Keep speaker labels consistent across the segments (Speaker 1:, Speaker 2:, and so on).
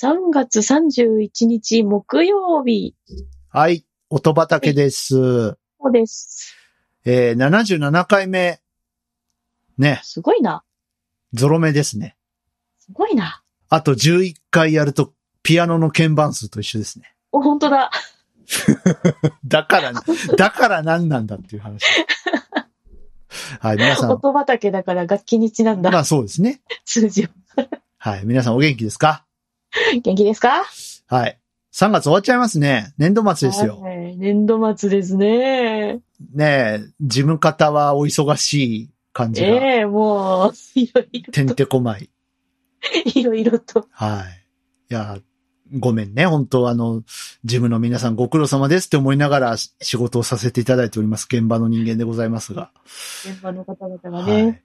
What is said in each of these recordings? Speaker 1: 3月31日木曜日。
Speaker 2: はい、音畑です。
Speaker 1: そうです。
Speaker 2: えー、77回目。ね、
Speaker 1: すごいな。
Speaker 2: ゾロ目ですね。
Speaker 1: すごいな。
Speaker 2: あと11回やると、ピアノの鍵盤数と一緒ですね。
Speaker 1: お、本当だ。
Speaker 2: だから、だから何なんだっていう話。はい、皆さん、
Speaker 1: 音畑だから楽器にちなん
Speaker 2: ま
Speaker 1: だ
Speaker 2: あそうですね。
Speaker 1: 数字を。
Speaker 2: はい、皆さんお元気ですか
Speaker 1: 元気ですか
Speaker 2: はい。3月終わっちゃいますね。年度末ですよ。
Speaker 1: はい年度末ですね。
Speaker 2: ねえ、事務方はお忙しい感じが、
Speaker 1: ええもう、いろい
Speaker 2: て
Speaker 1: ろ
Speaker 2: ん
Speaker 1: と、
Speaker 2: てこまい。
Speaker 1: いろいろと。
Speaker 2: はい。いや、ごめんね。本当あの、ジムの皆さんご苦労様ですって思いながらし仕事をさせていただいております。現場の人間でございますが。
Speaker 1: 現場の方々が
Speaker 2: は
Speaker 1: ね、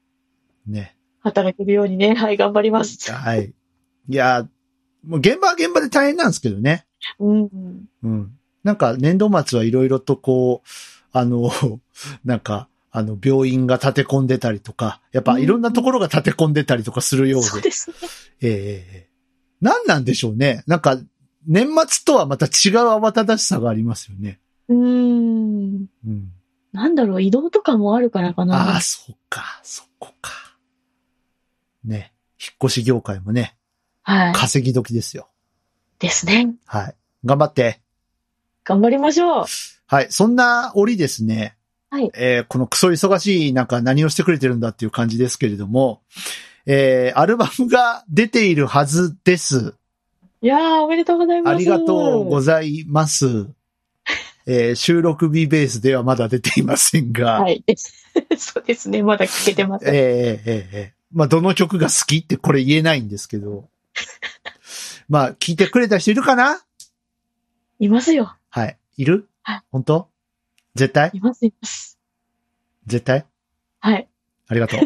Speaker 2: い。ね。
Speaker 1: 働けるようにね、はい、頑張ります。
Speaker 2: はい。いや、もう現場は現場で大変なんですけどね。
Speaker 1: うん。
Speaker 2: うん。なんか年度末はいろいろとこう、あの、 なんか、あの、病院が立て込んでたりとか、やっぱいろんなところが立て込んでたりとかするようで。
Speaker 1: そうですね。
Speaker 2: ええええええ何なんでしょうね。なんか、年末とはまた違う慌ただしさがありますよね。
Speaker 1: うん。
Speaker 2: うん。
Speaker 1: なんだろう、移動とかもあるからか
Speaker 2: あ
Speaker 1: な
Speaker 2: あ、。そうか、そこか。ね。引っ越し業界もね、
Speaker 1: はい。
Speaker 2: 稼ぎ時ですよ。
Speaker 1: ですね。
Speaker 2: はい。頑張って。
Speaker 1: 頑張りましょう。
Speaker 2: はい。そんな折ですね。
Speaker 1: はい
Speaker 2: えーこのクソ忙しい中何をしてくれてるんだっていう感じですけれども、えー、アルバムが出ているはずです。
Speaker 1: いやー、おめでとうございます。
Speaker 2: ありがとうございます。えー収録日ベースではまだ出ていませんが、
Speaker 1: はい。 そうですね。まだ聞けてま
Speaker 2: えー
Speaker 1: す。
Speaker 2: えーえーえーまあ、どの曲が好きってこれ言えないんですけ ど、まあ、聞いてくれた人いるかない
Speaker 1: ますよ。
Speaker 2: はい。いる
Speaker 1: はい
Speaker 2: 本当絶対
Speaker 1: います、います。
Speaker 2: 絶対
Speaker 1: はい。
Speaker 2: ありがとう。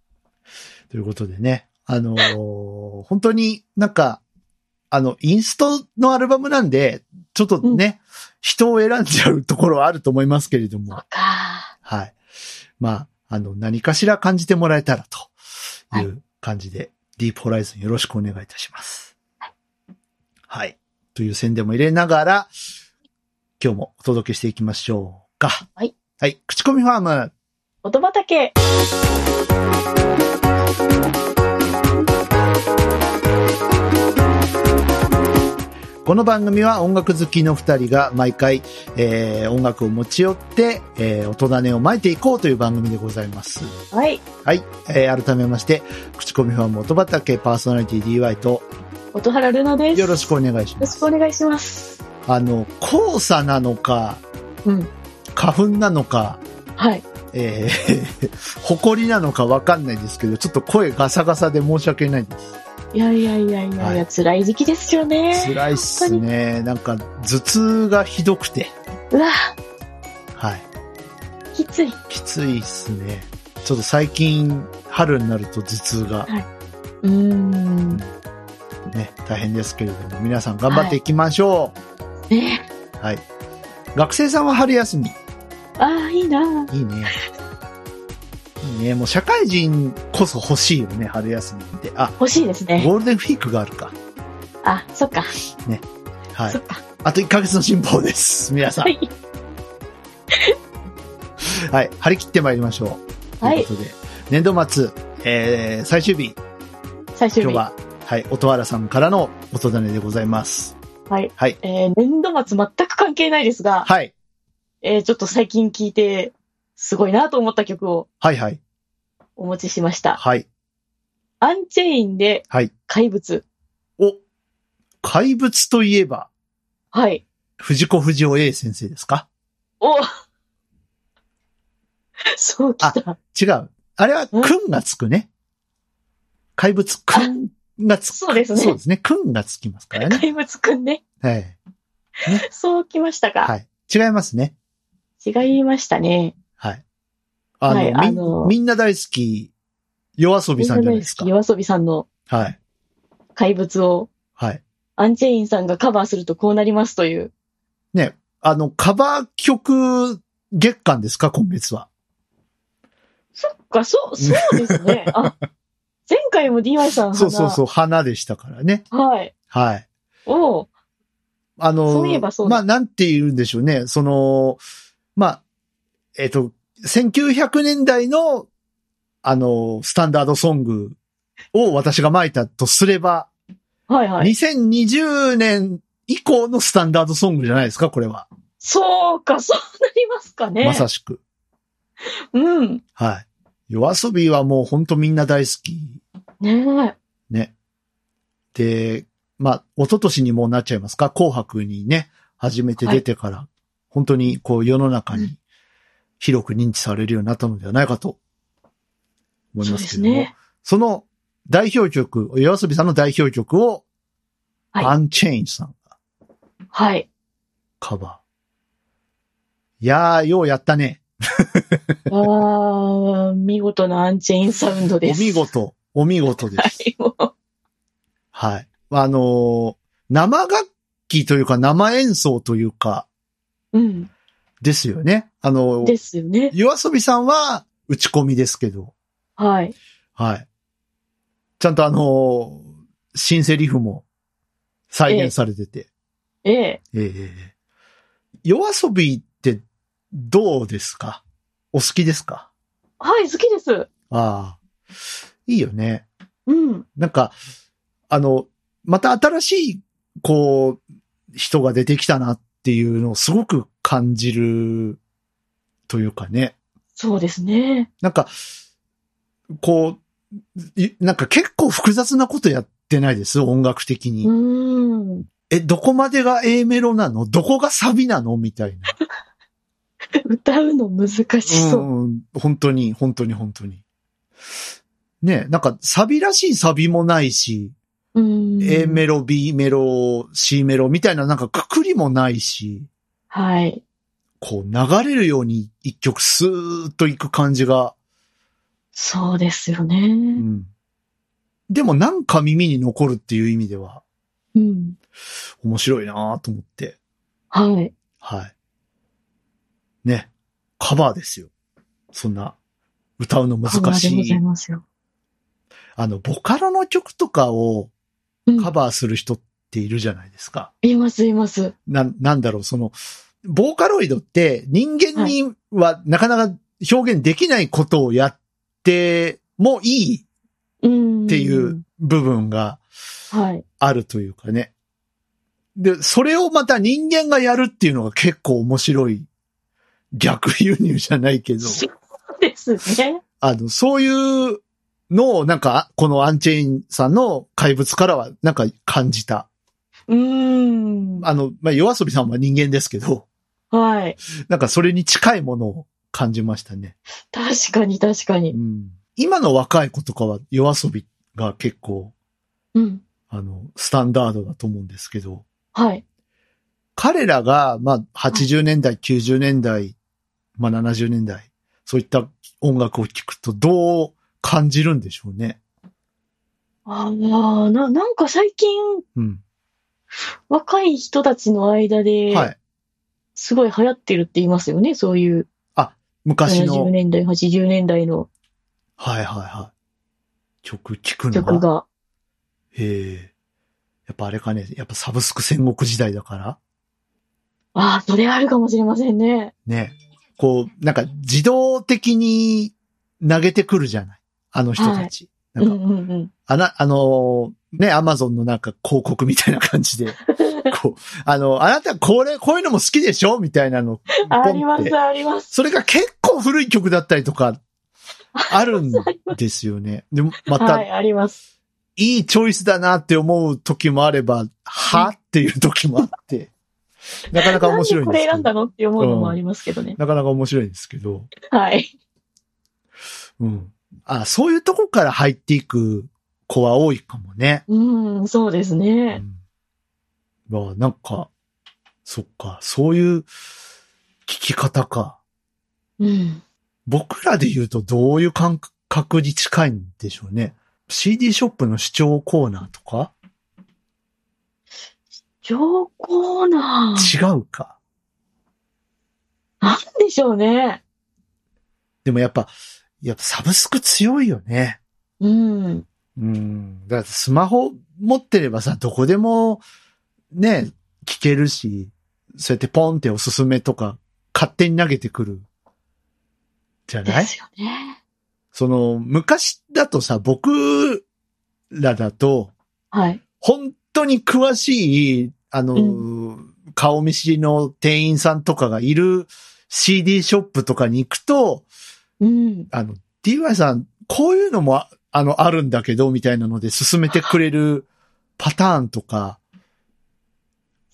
Speaker 2: ということでね、あのー本当になんか、あの、インストのアルバムなんで、ちょっとね、人を選んじゃうところはあると思いますけれども
Speaker 1: そ、っか
Speaker 2: はい。まあ、あの、何かしら感じてもらえたらと
Speaker 1: はいいう
Speaker 2: 感じで、ディープホライズンよろしくお願いいたします。はい。という宣伝も入れながら、今日もお届けしていきましょうか。
Speaker 1: はい。
Speaker 2: はい。口コミファーム。
Speaker 1: ー。音畑。
Speaker 2: この番組は音楽好きの二人が毎回、えー音楽を持ち寄って、えー大人根を巻いていこうという番組でございます。
Speaker 1: はい。
Speaker 2: はい。えー改めまして、口コミファーム音畑パーソナリティ DY と
Speaker 1: 音原ルナです。
Speaker 2: よろし
Speaker 1: よ
Speaker 2: くお願いし
Speaker 1: ろ
Speaker 2: ま
Speaker 1: し
Speaker 2: す
Speaker 1: く。お願いします。
Speaker 2: あの、黄砂なのか、
Speaker 1: うん。
Speaker 2: 花粉なのか、
Speaker 1: はい。
Speaker 2: えー、 埃なのかわかんないですけど、ちょっと声ガサガサで申し訳ないで
Speaker 1: いやいやいやいやいや、
Speaker 2: はい
Speaker 1: 辛い時期ですよ
Speaker 2: す。
Speaker 1: ね。
Speaker 2: 辛いっすね。なんか、頭痛がひどくて、
Speaker 1: うわ、
Speaker 2: はい。
Speaker 1: きつい。
Speaker 2: きついっすね。ちょっと最近、春になると頭痛が
Speaker 1: うーん。
Speaker 2: ね、大変ですけれども、皆さん頑張っていきましょ
Speaker 1: ね
Speaker 2: う。はい。学生さんは春休み。
Speaker 1: ああ、いいな。
Speaker 2: いいね。いいね。もう社会人こそ欲しいよね、春休みって。あ、
Speaker 1: 欲しいですね。
Speaker 2: ゴールデンウィークがあるか。
Speaker 1: あ、そっか。
Speaker 2: は
Speaker 1: そっ
Speaker 2: い。
Speaker 1: か。
Speaker 2: あと1ヶ月の辛抱で す。皆さ
Speaker 1: は
Speaker 2: ん。はい。
Speaker 1: い。
Speaker 2: 張り切ってまいりましょう。と。
Speaker 1: はいいう
Speaker 2: ことで、年度末、えー、最終日、
Speaker 1: 最終
Speaker 2: 今
Speaker 1: 日。
Speaker 2: 日
Speaker 1: は
Speaker 2: は、はい、音原さんからの音種でございます。
Speaker 1: い。
Speaker 2: はい。
Speaker 1: えー、年度末全く関係ないですが、
Speaker 2: はい。
Speaker 1: えー、ちょっと最近聞いて、すごいなと思った曲を
Speaker 2: はいはい。
Speaker 1: お持ちしました。
Speaker 2: はい。
Speaker 1: アンチェインで
Speaker 2: はい。
Speaker 1: 怪物。
Speaker 2: お、怪物といえば、
Speaker 1: はい。
Speaker 2: 藤子不二雄 A 先生ですか
Speaker 1: お そうきた。
Speaker 2: 違う。あれは、くんがつくね。怪物くんがつく。
Speaker 1: そうです
Speaker 2: そう
Speaker 1: ね
Speaker 2: で。すね。くんがつきますからね。
Speaker 1: 怪物くんね。
Speaker 2: はい。
Speaker 1: そうきました
Speaker 2: は
Speaker 1: か。
Speaker 2: い。違いますね。
Speaker 1: 違いましたね。
Speaker 2: はい。あの、
Speaker 1: はい
Speaker 2: みん
Speaker 1: あの
Speaker 2: みんな大好き、夜遊びさんじゃないですか。
Speaker 1: 夜遊びさんの
Speaker 2: はい。
Speaker 1: 怪物を
Speaker 2: はい。
Speaker 1: アンチェインさんがカバーするとこうなりますという。
Speaker 2: ね、あの、カバー曲月間ですか、今月は。
Speaker 1: そっか、 そう、そうですね。あ、前回も DY さん。
Speaker 2: そうそうそうう、花でしたからね。
Speaker 1: はい。
Speaker 2: はい。
Speaker 1: おう
Speaker 2: あの、
Speaker 1: そういえばそうだ
Speaker 2: まあ、なんて言うんでしょうね。その、まあ、えっ、と、1900年代の、あの、スタンダードソングを私が巻いたとすれば、
Speaker 1: はいはい。
Speaker 2: 2020年以降のスタンダードソングじゃないですか、これは。
Speaker 1: そうか、そうなりますかね。
Speaker 2: まさしく。
Speaker 1: うん。
Speaker 2: はい。夜遊びはもうほんとみんな大好き。
Speaker 1: ね
Speaker 2: ね。で、まあ、一昨年にもうなっちゃいますか紅白にね、初めて出てから、本当にこう世の中
Speaker 1: う
Speaker 2: に広く認知されるようになったのではないかと
Speaker 1: え。
Speaker 2: 思い
Speaker 1: そうで
Speaker 2: ま
Speaker 1: す
Speaker 2: け
Speaker 1: す
Speaker 2: れども、そ
Speaker 1: ね。
Speaker 2: の代表曲、夜遊びさんの代表曲を、
Speaker 1: はい
Speaker 2: アンチェインさんが
Speaker 1: はい。
Speaker 2: カバー。いやー、ようやったね。
Speaker 1: あー、見事なアンチェインサウンド
Speaker 2: お
Speaker 1: です。
Speaker 2: 見。事、お見事です。
Speaker 1: はい、もう。
Speaker 2: はい。あのー生楽器というか生演奏というか、
Speaker 1: うん。
Speaker 2: ですよね。あの
Speaker 1: で
Speaker 2: ー、
Speaker 1: すよね。
Speaker 2: 夜遊びさんは打ち込みですけど、
Speaker 1: はい。
Speaker 2: はい。ちゃんとあのー新セリフも再現されてて。
Speaker 1: ええ。
Speaker 2: ええ夜遊びってどうですかお好きですか
Speaker 1: はい、好きです。
Speaker 2: ああ。いいよね。
Speaker 1: うん。
Speaker 2: なんか、あの、また新しい、こう、人が出てきたなっていうのをすごく感じるというかね。
Speaker 1: そうですね。
Speaker 2: なんか、こう、いなんか結構複雑なことやってないです音楽的に。
Speaker 1: うーん。
Speaker 2: え、どこまでが A メロなのどこがサビなのみたいな。
Speaker 1: 歌うの難し そう。
Speaker 2: うん、本当に、本当に、本当に。ねなんかサビらしいサビもないし、
Speaker 1: うーん。
Speaker 2: A メロ、B メロ、C メロみたいななんかくくりもないし、
Speaker 1: はい。
Speaker 2: こう流れるように一曲スーッといく感じが、
Speaker 1: そうですよ
Speaker 2: う
Speaker 1: ね。
Speaker 2: ん。でもなんか耳に残るっていう意味では
Speaker 1: うん。
Speaker 2: 面白いなと思って、
Speaker 1: はい。
Speaker 2: はい。ね。カバーですよ。そんな、歌うの難し
Speaker 1: ありがとうご
Speaker 2: い
Speaker 1: ざい。ますよ。
Speaker 2: あの、ボカロの曲とかを
Speaker 1: うん
Speaker 2: カバーする人っているじゃないですか。
Speaker 1: います、います。
Speaker 2: な、なんだろう、その、ボーカロイドって人間にはなかなか表現できないことをやってもいい
Speaker 1: うん。
Speaker 2: っていう。部分が
Speaker 1: はい。
Speaker 2: あるというかね。で、それをまた人間がやるっていうのが結構面白い逆輸入じゃないけど、
Speaker 1: そうですね。
Speaker 2: あの、そういうのをなんか、このアンチェインさんの怪物からはなんか感じた。
Speaker 1: うーん。
Speaker 2: あの、まあ、夜遊びさんは人間ですけど、
Speaker 1: はい。
Speaker 2: なんかそれに近いものを感じましたね。
Speaker 1: 確かに、確かに
Speaker 2: う。ん今の若い子とかは夜遊びが結構、
Speaker 1: うん。
Speaker 2: あの、スタンダードだと思うんですけど、
Speaker 1: はい。
Speaker 2: 彼らが、まあ、80年代、90年代、まあ、70年代、そういった音楽を聴くとどう感じるんでしょうね。
Speaker 1: ああ、な、なんか最近、
Speaker 2: うん。
Speaker 1: 若い人たちの間で、
Speaker 2: はい。
Speaker 1: すごい流行ってるって言いますよね、そういう。
Speaker 2: 昔の、
Speaker 1: 70
Speaker 2: はい
Speaker 1: 年代、80年代の
Speaker 2: はいはい。曲聴くの
Speaker 1: 曲
Speaker 2: が、
Speaker 1: が。
Speaker 2: へえ。やっぱあれかね、やっぱサブスク戦国時代だから、
Speaker 1: ああ、それあるかもしれませんね。
Speaker 2: ね。こう、なんか自動的に投げてくるじゃない。あの人たち。
Speaker 1: うん
Speaker 2: な
Speaker 1: うん
Speaker 2: か、
Speaker 1: んうん。
Speaker 2: あな、あのーね、アマゾンのなんか広告みたいな 感じで、こう、あの、あなたこれ、こういうのも好きでしょみたいなの。ポンって
Speaker 1: あります、あります。
Speaker 2: それが結構古い曲だったりとか、あるん ですよね。でも、また、、
Speaker 1: はいい、あります。
Speaker 2: いチョイスだなって思う時もあれば、はっていう時もあって、なかなか面白いん
Speaker 1: なん
Speaker 2: で
Speaker 1: ですこれ
Speaker 2: けど
Speaker 1: 選んだのって思うのもありますけどね。
Speaker 2: なかなか面白いんですけど、
Speaker 1: はい。
Speaker 2: うん。あ、そういうとこから入っていく子は多いかもね。
Speaker 1: うん、そうです
Speaker 2: う
Speaker 1: ね。
Speaker 2: ん。まあ、なんか、そっか、そういう聞き方か。
Speaker 1: うん。
Speaker 2: 僕らで言うとどういう感覚に近いんでしょうね。CD ショップの視聴コーナーとか
Speaker 1: 上コーナー。
Speaker 2: 違うか。
Speaker 1: なんでしょうね。
Speaker 2: でもやっぱ、やっぱサブスク強いよね。
Speaker 1: うん。
Speaker 2: うん。だからスマホ持ってればさ、どこでも、ね、聞けるし、そうやってポンっておすすめとか、勝手に投げてくる。じゃ
Speaker 1: で
Speaker 2: ない
Speaker 1: すよね。
Speaker 2: その、昔だとさ、僕らだと、
Speaker 1: はい。
Speaker 2: 本当に詳しい、あの、顔見知りの店員さんとかがいる CD ショップとかに行くと、
Speaker 1: うん。
Speaker 2: あの、DY さん、こういうのもあ、あの、あるんだけど、みたいなので進めてくれるパターンとか、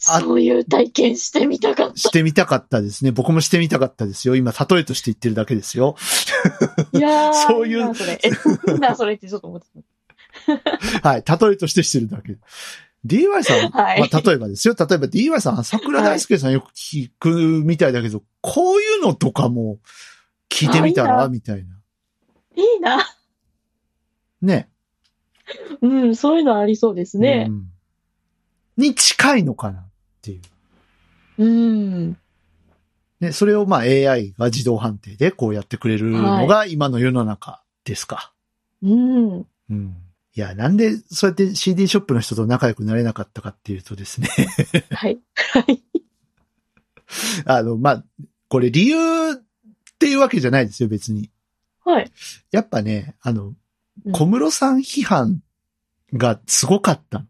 Speaker 2: あ
Speaker 1: そういう体験してみたかっ
Speaker 2: してみたかったですね。僕もしてみたかったですよ。今、例えとして言ってるだけですよ。
Speaker 1: た。いやー、
Speaker 2: そういう
Speaker 1: なそれ。え、いいな、それってちょっと思って
Speaker 2: はい。例えとしてしてるだけ。DY さん、
Speaker 1: た。はい。
Speaker 2: まあ、例えばですよ。例えば DY さん、桜大輔さんよく聞くみたいだけど、こういうのとかも聞いてみた
Speaker 1: あいい
Speaker 2: ら
Speaker 1: な
Speaker 2: みたいな。
Speaker 1: いいな。
Speaker 2: ね。
Speaker 1: うん、そういうのありそうですね
Speaker 2: う。んに近いのかなっていう。
Speaker 1: うん。
Speaker 2: ね、それをまあ AI が自動判定でこうやってくれるのが今の世の中ですか。
Speaker 1: うん。
Speaker 2: うん。いや、なんでそうやって CD ショップの人と仲良くなれなかったかっていうとですね、
Speaker 1: はい。はい。
Speaker 2: あの、まあ、これ理由っていうわけじゃないですよ、別に。
Speaker 1: はい。
Speaker 2: やっぱね、あの
Speaker 1: う、ん
Speaker 2: 小室さん批判がすごかったの。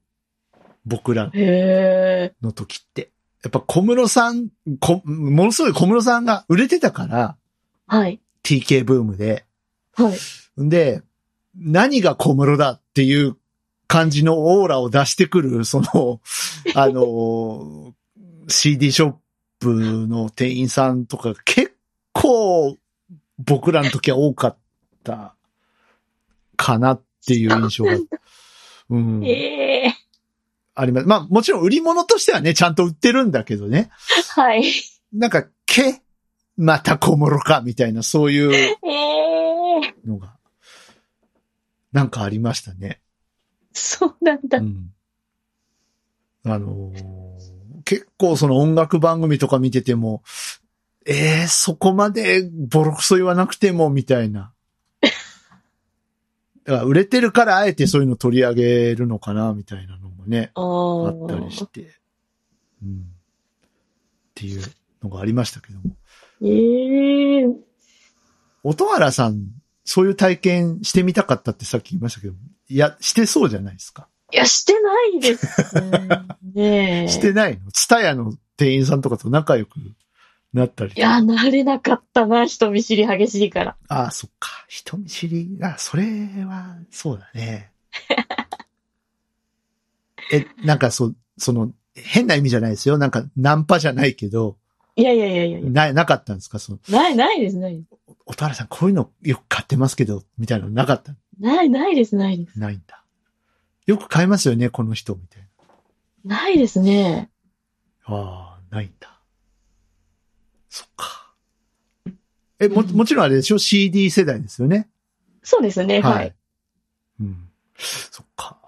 Speaker 2: 僕ら
Speaker 1: へ
Speaker 2: の時って。やっぱ小室さん、こものすごい小室さんが売れてたから、
Speaker 1: ー。はい。
Speaker 2: TK ブームで。
Speaker 1: はい。
Speaker 2: んで、何が小室だっていう感じのオーラを出してくる、その、あの、CD ショップの店員さんとか結構僕らの時は多かったかなっていう印象が。うん。
Speaker 1: ええ
Speaker 2: あります。まあもちろん売り物としてはね、ちゃんと売ってるんだけどね。
Speaker 1: ー。はい。
Speaker 2: なんか、け、また小室か、みたいな、そういう
Speaker 1: ええー。
Speaker 2: のが、なんかありましたね。
Speaker 1: そうなんだ
Speaker 2: う。ん。あのー結構その音楽番組とか見てても、えー、そこまでボロクソ言わなくても、みたいな。だから売れてるからあえてそういうの取り上げるのかな、みたいなのもね、
Speaker 1: ああ
Speaker 2: あったりして。うん。っていうのがありましたけども。
Speaker 1: ええー。
Speaker 2: 音原さん、そういう体験してみたかったってさっき言いましたけど、いや、してそうじゃないですか。。
Speaker 1: いや、してないですね
Speaker 2: してないのツタヤの店員さんとかと仲良くなったりと
Speaker 1: い
Speaker 2: か。
Speaker 1: や、慣れなかったな、人見知り激しいから。
Speaker 2: ああ、そっか。人見知り。あそれは、そうだ ね。え、なんかそ、その、変な意味じゃないですよ。なんか、ナンパじゃないけど、
Speaker 1: いやいやいやいやいや、
Speaker 2: な、なかったんですかその、
Speaker 1: ない、ないです、ないです。
Speaker 2: おたらさんこういうのよく買ってますけど、みたいなのなかった
Speaker 1: ない、ないです、ないです。
Speaker 2: ないんだ。よく買いますよね、この人、みたいな。
Speaker 1: ないですね。
Speaker 2: ああ、ないんだ。そっか。え、も、もちろんあれでしょ ?CD 世代ですよね。
Speaker 1: そうですね、はい。。
Speaker 2: うん。そっか。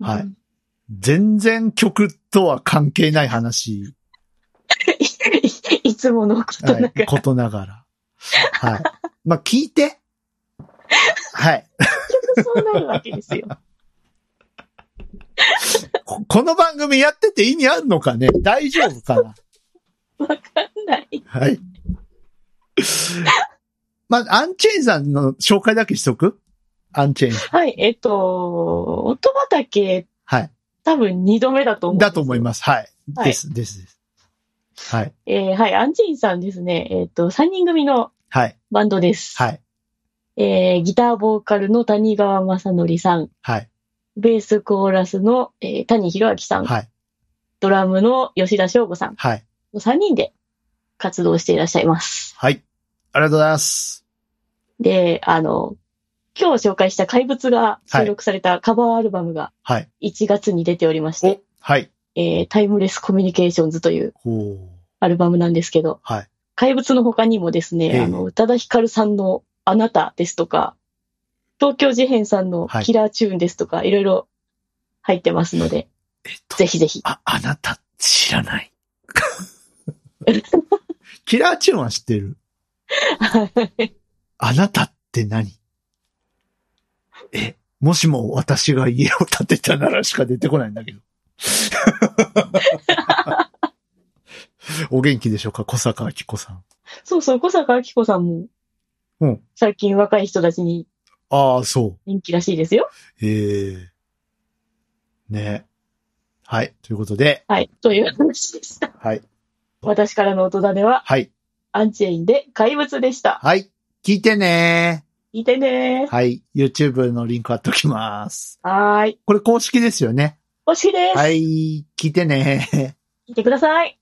Speaker 2: はい
Speaker 1: うん。
Speaker 2: 全然曲とは関係ない話、
Speaker 1: いいつものこと
Speaker 2: は
Speaker 1: なん か、
Speaker 2: い、ことながら。はい。まあ、聞いて。はい。
Speaker 1: そうなるわけですよ。
Speaker 2: ここの番組やってて意味あるのかね大丈夫かな
Speaker 1: わかんない。
Speaker 2: はい。まあ、アンチェインさんの紹介だけしとくアンチェイン。
Speaker 1: はい、えっと、音畑、
Speaker 2: はい。
Speaker 1: 多分二度目だと思う。
Speaker 2: だと思います。はい。
Speaker 1: はい
Speaker 2: です、です、です。はい。
Speaker 1: す。えーはい、アンジェインさんですね。えっと、三人組の
Speaker 2: はい。
Speaker 1: バンドです。
Speaker 2: はい。
Speaker 1: えーギターボーカルの谷川正則さん、
Speaker 2: はい。
Speaker 1: ベースコーラスの、えー谷博明さん、
Speaker 2: はい。
Speaker 1: ドラムの吉田翔吾さん
Speaker 2: はい。
Speaker 1: の3人で活動していらっしゃいます。
Speaker 2: はい。ありがとうございます。
Speaker 1: で、あの、今日紹介した怪物が収録されたカバーアルバムが
Speaker 2: はい。
Speaker 1: 1月に出ておりまして、
Speaker 2: おはい。
Speaker 1: えータイムレスコミュニケーションズという
Speaker 2: ほう。
Speaker 1: アルバムなんですけど、
Speaker 2: はい。
Speaker 1: 怪物の他にもですね、
Speaker 2: ええ
Speaker 1: あの、宇多田ヒカルさんのあなたですとか、東京事変さんの
Speaker 2: はい
Speaker 1: キラーチューンですとか、い、ろいろ入ってますので、
Speaker 2: えっと
Speaker 1: ぜひぜひ。
Speaker 2: あ、あなた知らない。 キラーチューンは知ってる。あなたって何え、もしも私が家を建てたならしか出てこないんだけど。お元気でしょうか小坂明子さん。
Speaker 1: そうそう、小坂明子さんも、
Speaker 2: うん
Speaker 1: 最近若い人たちに
Speaker 2: ああ、そう。
Speaker 1: 人気らしいですよ。
Speaker 2: ええねはい。ということで、
Speaker 1: はい。という話でした。
Speaker 2: はい。
Speaker 1: 私からの音種は、
Speaker 2: はい。
Speaker 1: アンチェインで怪物でした。
Speaker 2: はい。聞いてね
Speaker 1: 聞いてね
Speaker 2: はい。YouTube のリンク貼っときます。
Speaker 1: ー。はーい。
Speaker 2: これ公式ですよね。
Speaker 1: 欲しいです。
Speaker 2: はい。聞いてね
Speaker 1: 聞いてください。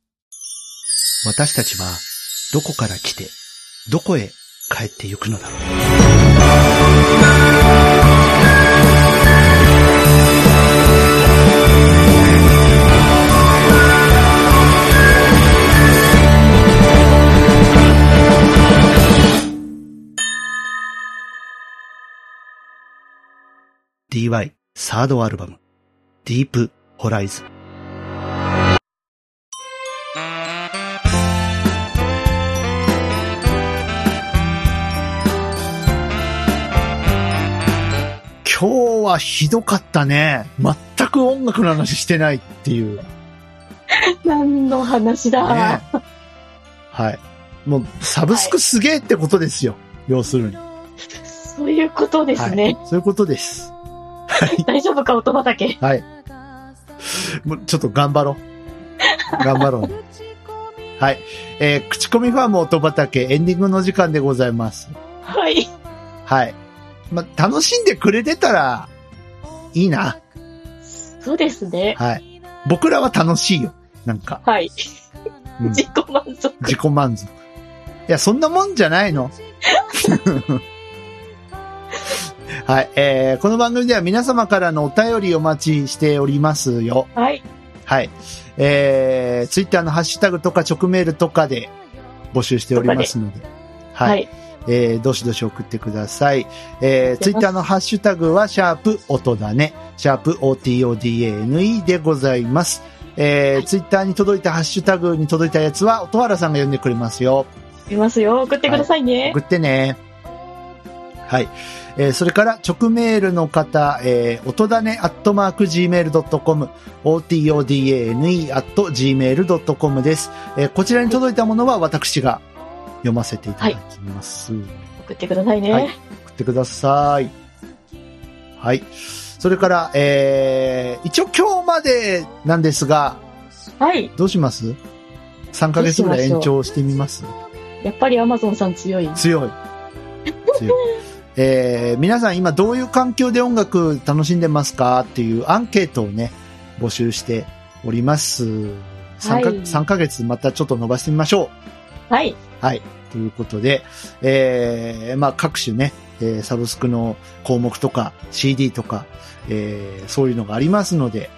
Speaker 2: 私たちは、どこから来て、どこへ帰ってゆくのだろう。DY サードアルバムディープホライズン今日はひどかったね。全く音楽の話してないっていう。ね。
Speaker 1: 何の話だ、
Speaker 2: はい。もう、サブスクすげえってことですよ。要するに。
Speaker 1: そういうことですね。
Speaker 2: はい。そういうことです。
Speaker 1: 大丈夫か、音畑。
Speaker 2: はい。もう、ちょっと頑張ろう。頑張ろうね。はい。えー、口コミファーム音畑エンディングの時間でございます。
Speaker 1: はい。
Speaker 2: はい。まあ、楽しんでくれてたら、いいな。
Speaker 1: そうですね。
Speaker 2: はい。僕らは楽しいよ。なんか。
Speaker 1: はい。
Speaker 2: うん
Speaker 1: 自己満足。
Speaker 2: 自己満足。いや、そんなもんじゃないの。 はい、えー、この番組では皆様からのお便りお待ちしておりますよ。
Speaker 1: はい。
Speaker 2: はい。えー、ツイッターのハッシュタグとか直メールとかで募集しておりますので。はい。
Speaker 1: はい。
Speaker 2: えー、どしどし送ってください。えー、ツイッターのハッシュタグは、シャープ音だね。シャープ otodane でございます。えー、ツイッターに届いたハッシュタグに届いたやつは、音原さんが読んでくれますよ。
Speaker 1: 見ますよ。送ってくださいね。
Speaker 2: 送ってね。はい。えー、それから、直メールの方、えー、音だね、アットマーク、gmail.com、otodane、アット、gmail.com です。えー、こちらに届いたものは、私が読ませていただきます。
Speaker 1: 送ってくださいね。
Speaker 2: はい送ってください。はい。それから、えー、一応今日までなんですが、
Speaker 1: はい。
Speaker 2: どうします ?3 ヶ月ぐらい延長してみます
Speaker 1: やっぱりアマゾンさん強い。
Speaker 2: 強い。強い。 えー、皆さん今どういう環境で音楽楽しんでますかっていうアンケートをね、募集しております。3か、
Speaker 1: はい
Speaker 2: 3ヶ月またちょっと伸ばしてみましょう。
Speaker 1: はい。
Speaker 2: はい。ということで、えー、まあ各種ね、えーサブスクの項目とか CD とか、えー、そういうのがありますので、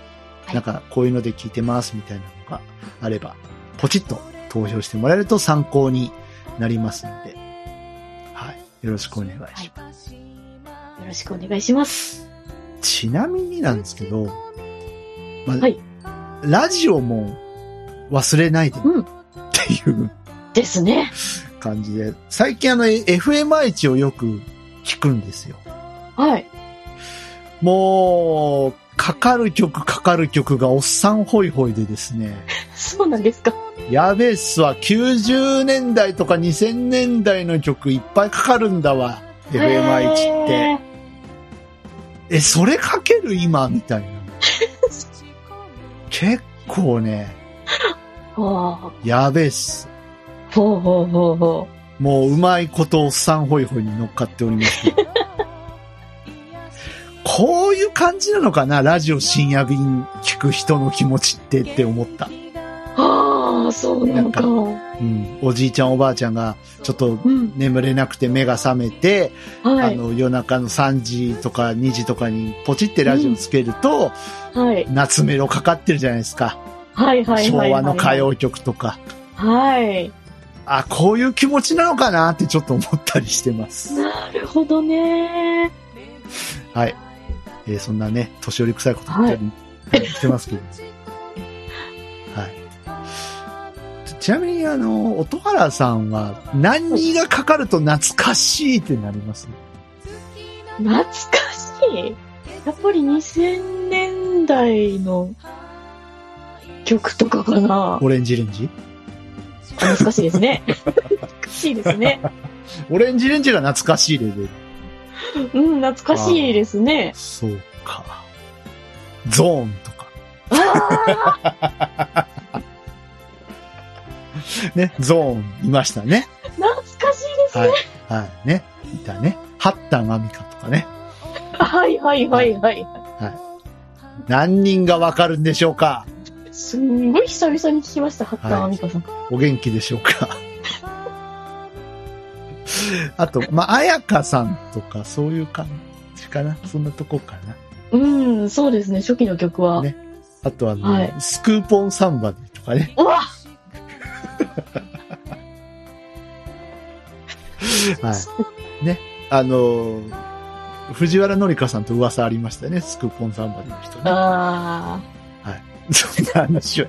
Speaker 1: はい
Speaker 2: なんかこういうので聞いてますみたいなのがあれば、ポチッと投票してもらえると参考になりますので、はい。よろしくお願いします。
Speaker 1: よろしくお願いします。
Speaker 2: ちなみになんですけど、まあ
Speaker 1: はい
Speaker 2: ラジオも忘れないでっ
Speaker 1: うん。
Speaker 2: ていう
Speaker 1: ですね。
Speaker 2: 感じで、最近あの FMI1 をよく聞くんですよ。
Speaker 1: はい。
Speaker 2: もう、かかる曲かかる曲がおっさんホイホイでですね、
Speaker 1: そうなんですか。
Speaker 2: やべえっすわ、90年代とか2000年代の曲いっぱいかかるんだわ、FMI1 って。
Speaker 1: て。
Speaker 2: え、それかける今みたいな。結構ね、
Speaker 1: ほう
Speaker 2: やべえっす。
Speaker 1: ほうほうほうほ
Speaker 2: もううまいことおっさんホイホイに乗っかっておりますけど。こういう感じなのかなラジオ深夜便聞く人の気持ちってって思った。
Speaker 1: う。はあ、そうなのか。
Speaker 2: うん。おじいちゃんおばあちゃんがちょっと
Speaker 1: うん。
Speaker 2: 眠れなくて目が覚めて、
Speaker 1: は
Speaker 2: あ
Speaker 1: い。
Speaker 2: の夜中の3時とか2時とかにポチってラジオつけると、
Speaker 1: はい。
Speaker 2: 夏メロかかってるじゃないですか。
Speaker 1: はい。はい。
Speaker 2: 昭和の歌
Speaker 1: 会話
Speaker 2: 謡曲とか。
Speaker 1: はい。
Speaker 2: あ、こういう気持ちなのかなってちょっと思ったりしてます。
Speaker 1: なるほどね。
Speaker 2: はい。えーそんなね、年寄り臭いこと言ったり、はいしてますけど。はい。ちちなみに、あの、音原さんは、何がかかると懐かしいってなります
Speaker 1: 懐かしい。やっぱり2000年代の曲とかかな。
Speaker 2: オレンジレンジ
Speaker 1: 懐かしいですね。懐かしいですね。
Speaker 2: オレンジレンジが懐かしいレベル。
Speaker 1: うん、懐かしいですね。
Speaker 2: そうか。ゾーンとか。
Speaker 1: あ
Speaker 2: ね、ゾーンいましたね。
Speaker 1: あ、懐かしいです。
Speaker 2: はい。はい。ね。いたね。ハッタンアミカとかね。
Speaker 1: はいはいはいはい。
Speaker 2: 何人がわかるんでしょうか
Speaker 1: すんごい久々に聞きました、八田亜美香さん。
Speaker 2: お元気でしょうか あと、まあ、彩香さんとか、そういう感じかな。そんなとこか
Speaker 1: う
Speaker 2: な。
Speaker 1: ん、そうですね、初期の曲は。
Speaker 2: ねあと、あの、
Speaker 1: はい
Speaker 2: スクーポンサンバディとかね。
Speaker 1: うわ
Speaker 2: はい。ね。あの、藤原紀香さんと噂ありましたよね。スクーポンサンバディの人ね。
Speaker 1: あ
Speaker 2: そんな話を。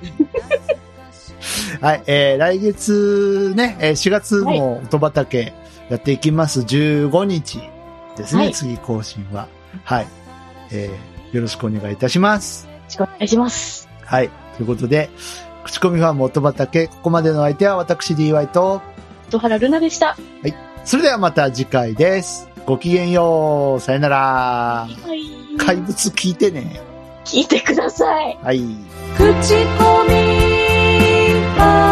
Speaker 2: はい。えー、来月ね、えー4月も音畑やっていきます。15日ですね。
Speaker 1: はい
Speaker 2: 次更新は。はい。えー、よろしくお願いいたします。
Speaker 1: ー、よろしくお願いします。
Speaker 2: はい。ということで、口コミファンも音畑、ここまでの相手は私 DY と、
Speaker 1: 戸原ルナでした。
Speaker 2: それではまた次回です。ごきげんよう。さよなら。
Speaker 1: はい。
Speaker 2: 怪物聞いてね。
Speaker 1: 聞いてください。
Speaker 2: はい。
Speaker 3: 口コミファン